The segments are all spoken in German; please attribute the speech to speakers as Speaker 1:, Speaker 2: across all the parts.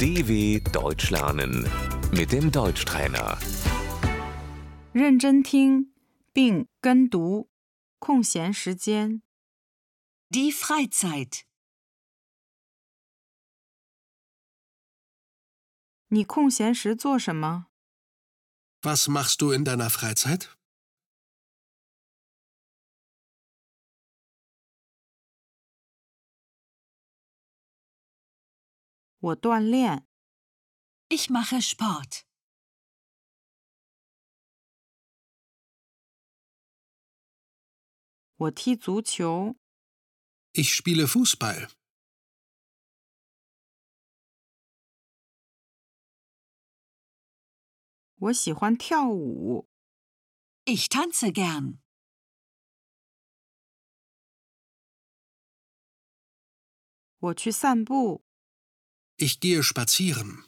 Speaker 1: DW Deutsch lernen mit dem Deutschtrainer.
Speaker 2: 认真听并跟读，空闲时间
Speaker 3: Die Freizeit.
Speaker 2: 你空闲时做什么？
Speaker 4: Was machst du in deiner Freizeit?
Speaker 2: 我锻炼，
Speaker 3: Ich mache Sport.
Speaker 2: 我踢足球，
Speaker 4: Ich spiele Fußball.
Speaker 2: 我喜欢跳舞，
Speaker 3: Ich tanze gern.
Speaker 2: 我去散步，
Speaker 4: Ich gehe spazieren.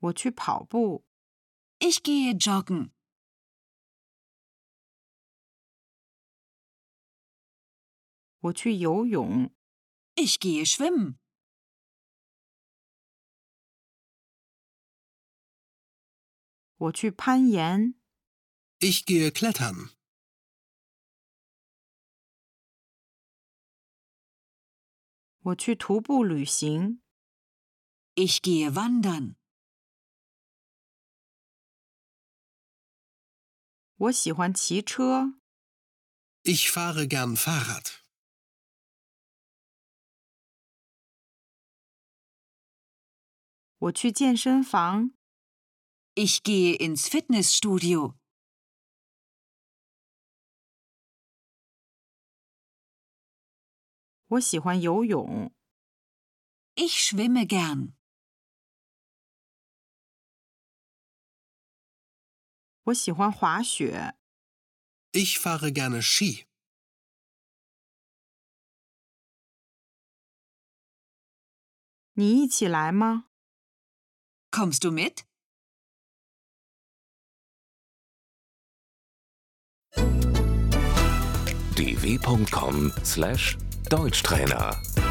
Speaker 2: 我去跑步，
Speaker 3: Ich gehe joggen.
Speaker 2: 我去游泳，
Speaker 3: Ich gehe schwimmen.
Speaker 2: 我去攀岩，
Speaker 4: Ich gehe klettern.
Speaker 2: 我去徒步旅行，
Speaker 3: Ich gehe wandern.
Speaker 2: 我喜欢骑车，
Speaker 4: Ich fahre gern Fahrrad.
Speaker 2: 我去健身房，
Speaker 3: Ich gehe ins Fitnessstudio.
Speaker 2: 我喜欢游泳，
Speaker 3: Ich schwimme gern.
Speaker 2: 我喜欢滑雪，
Speaker 4: Ich fahre gerne Ski.
Speaker 2: 你一起来吗？
Speaker 3: Kommst du mit?
Speaker 1: dw.com/deutschtrainer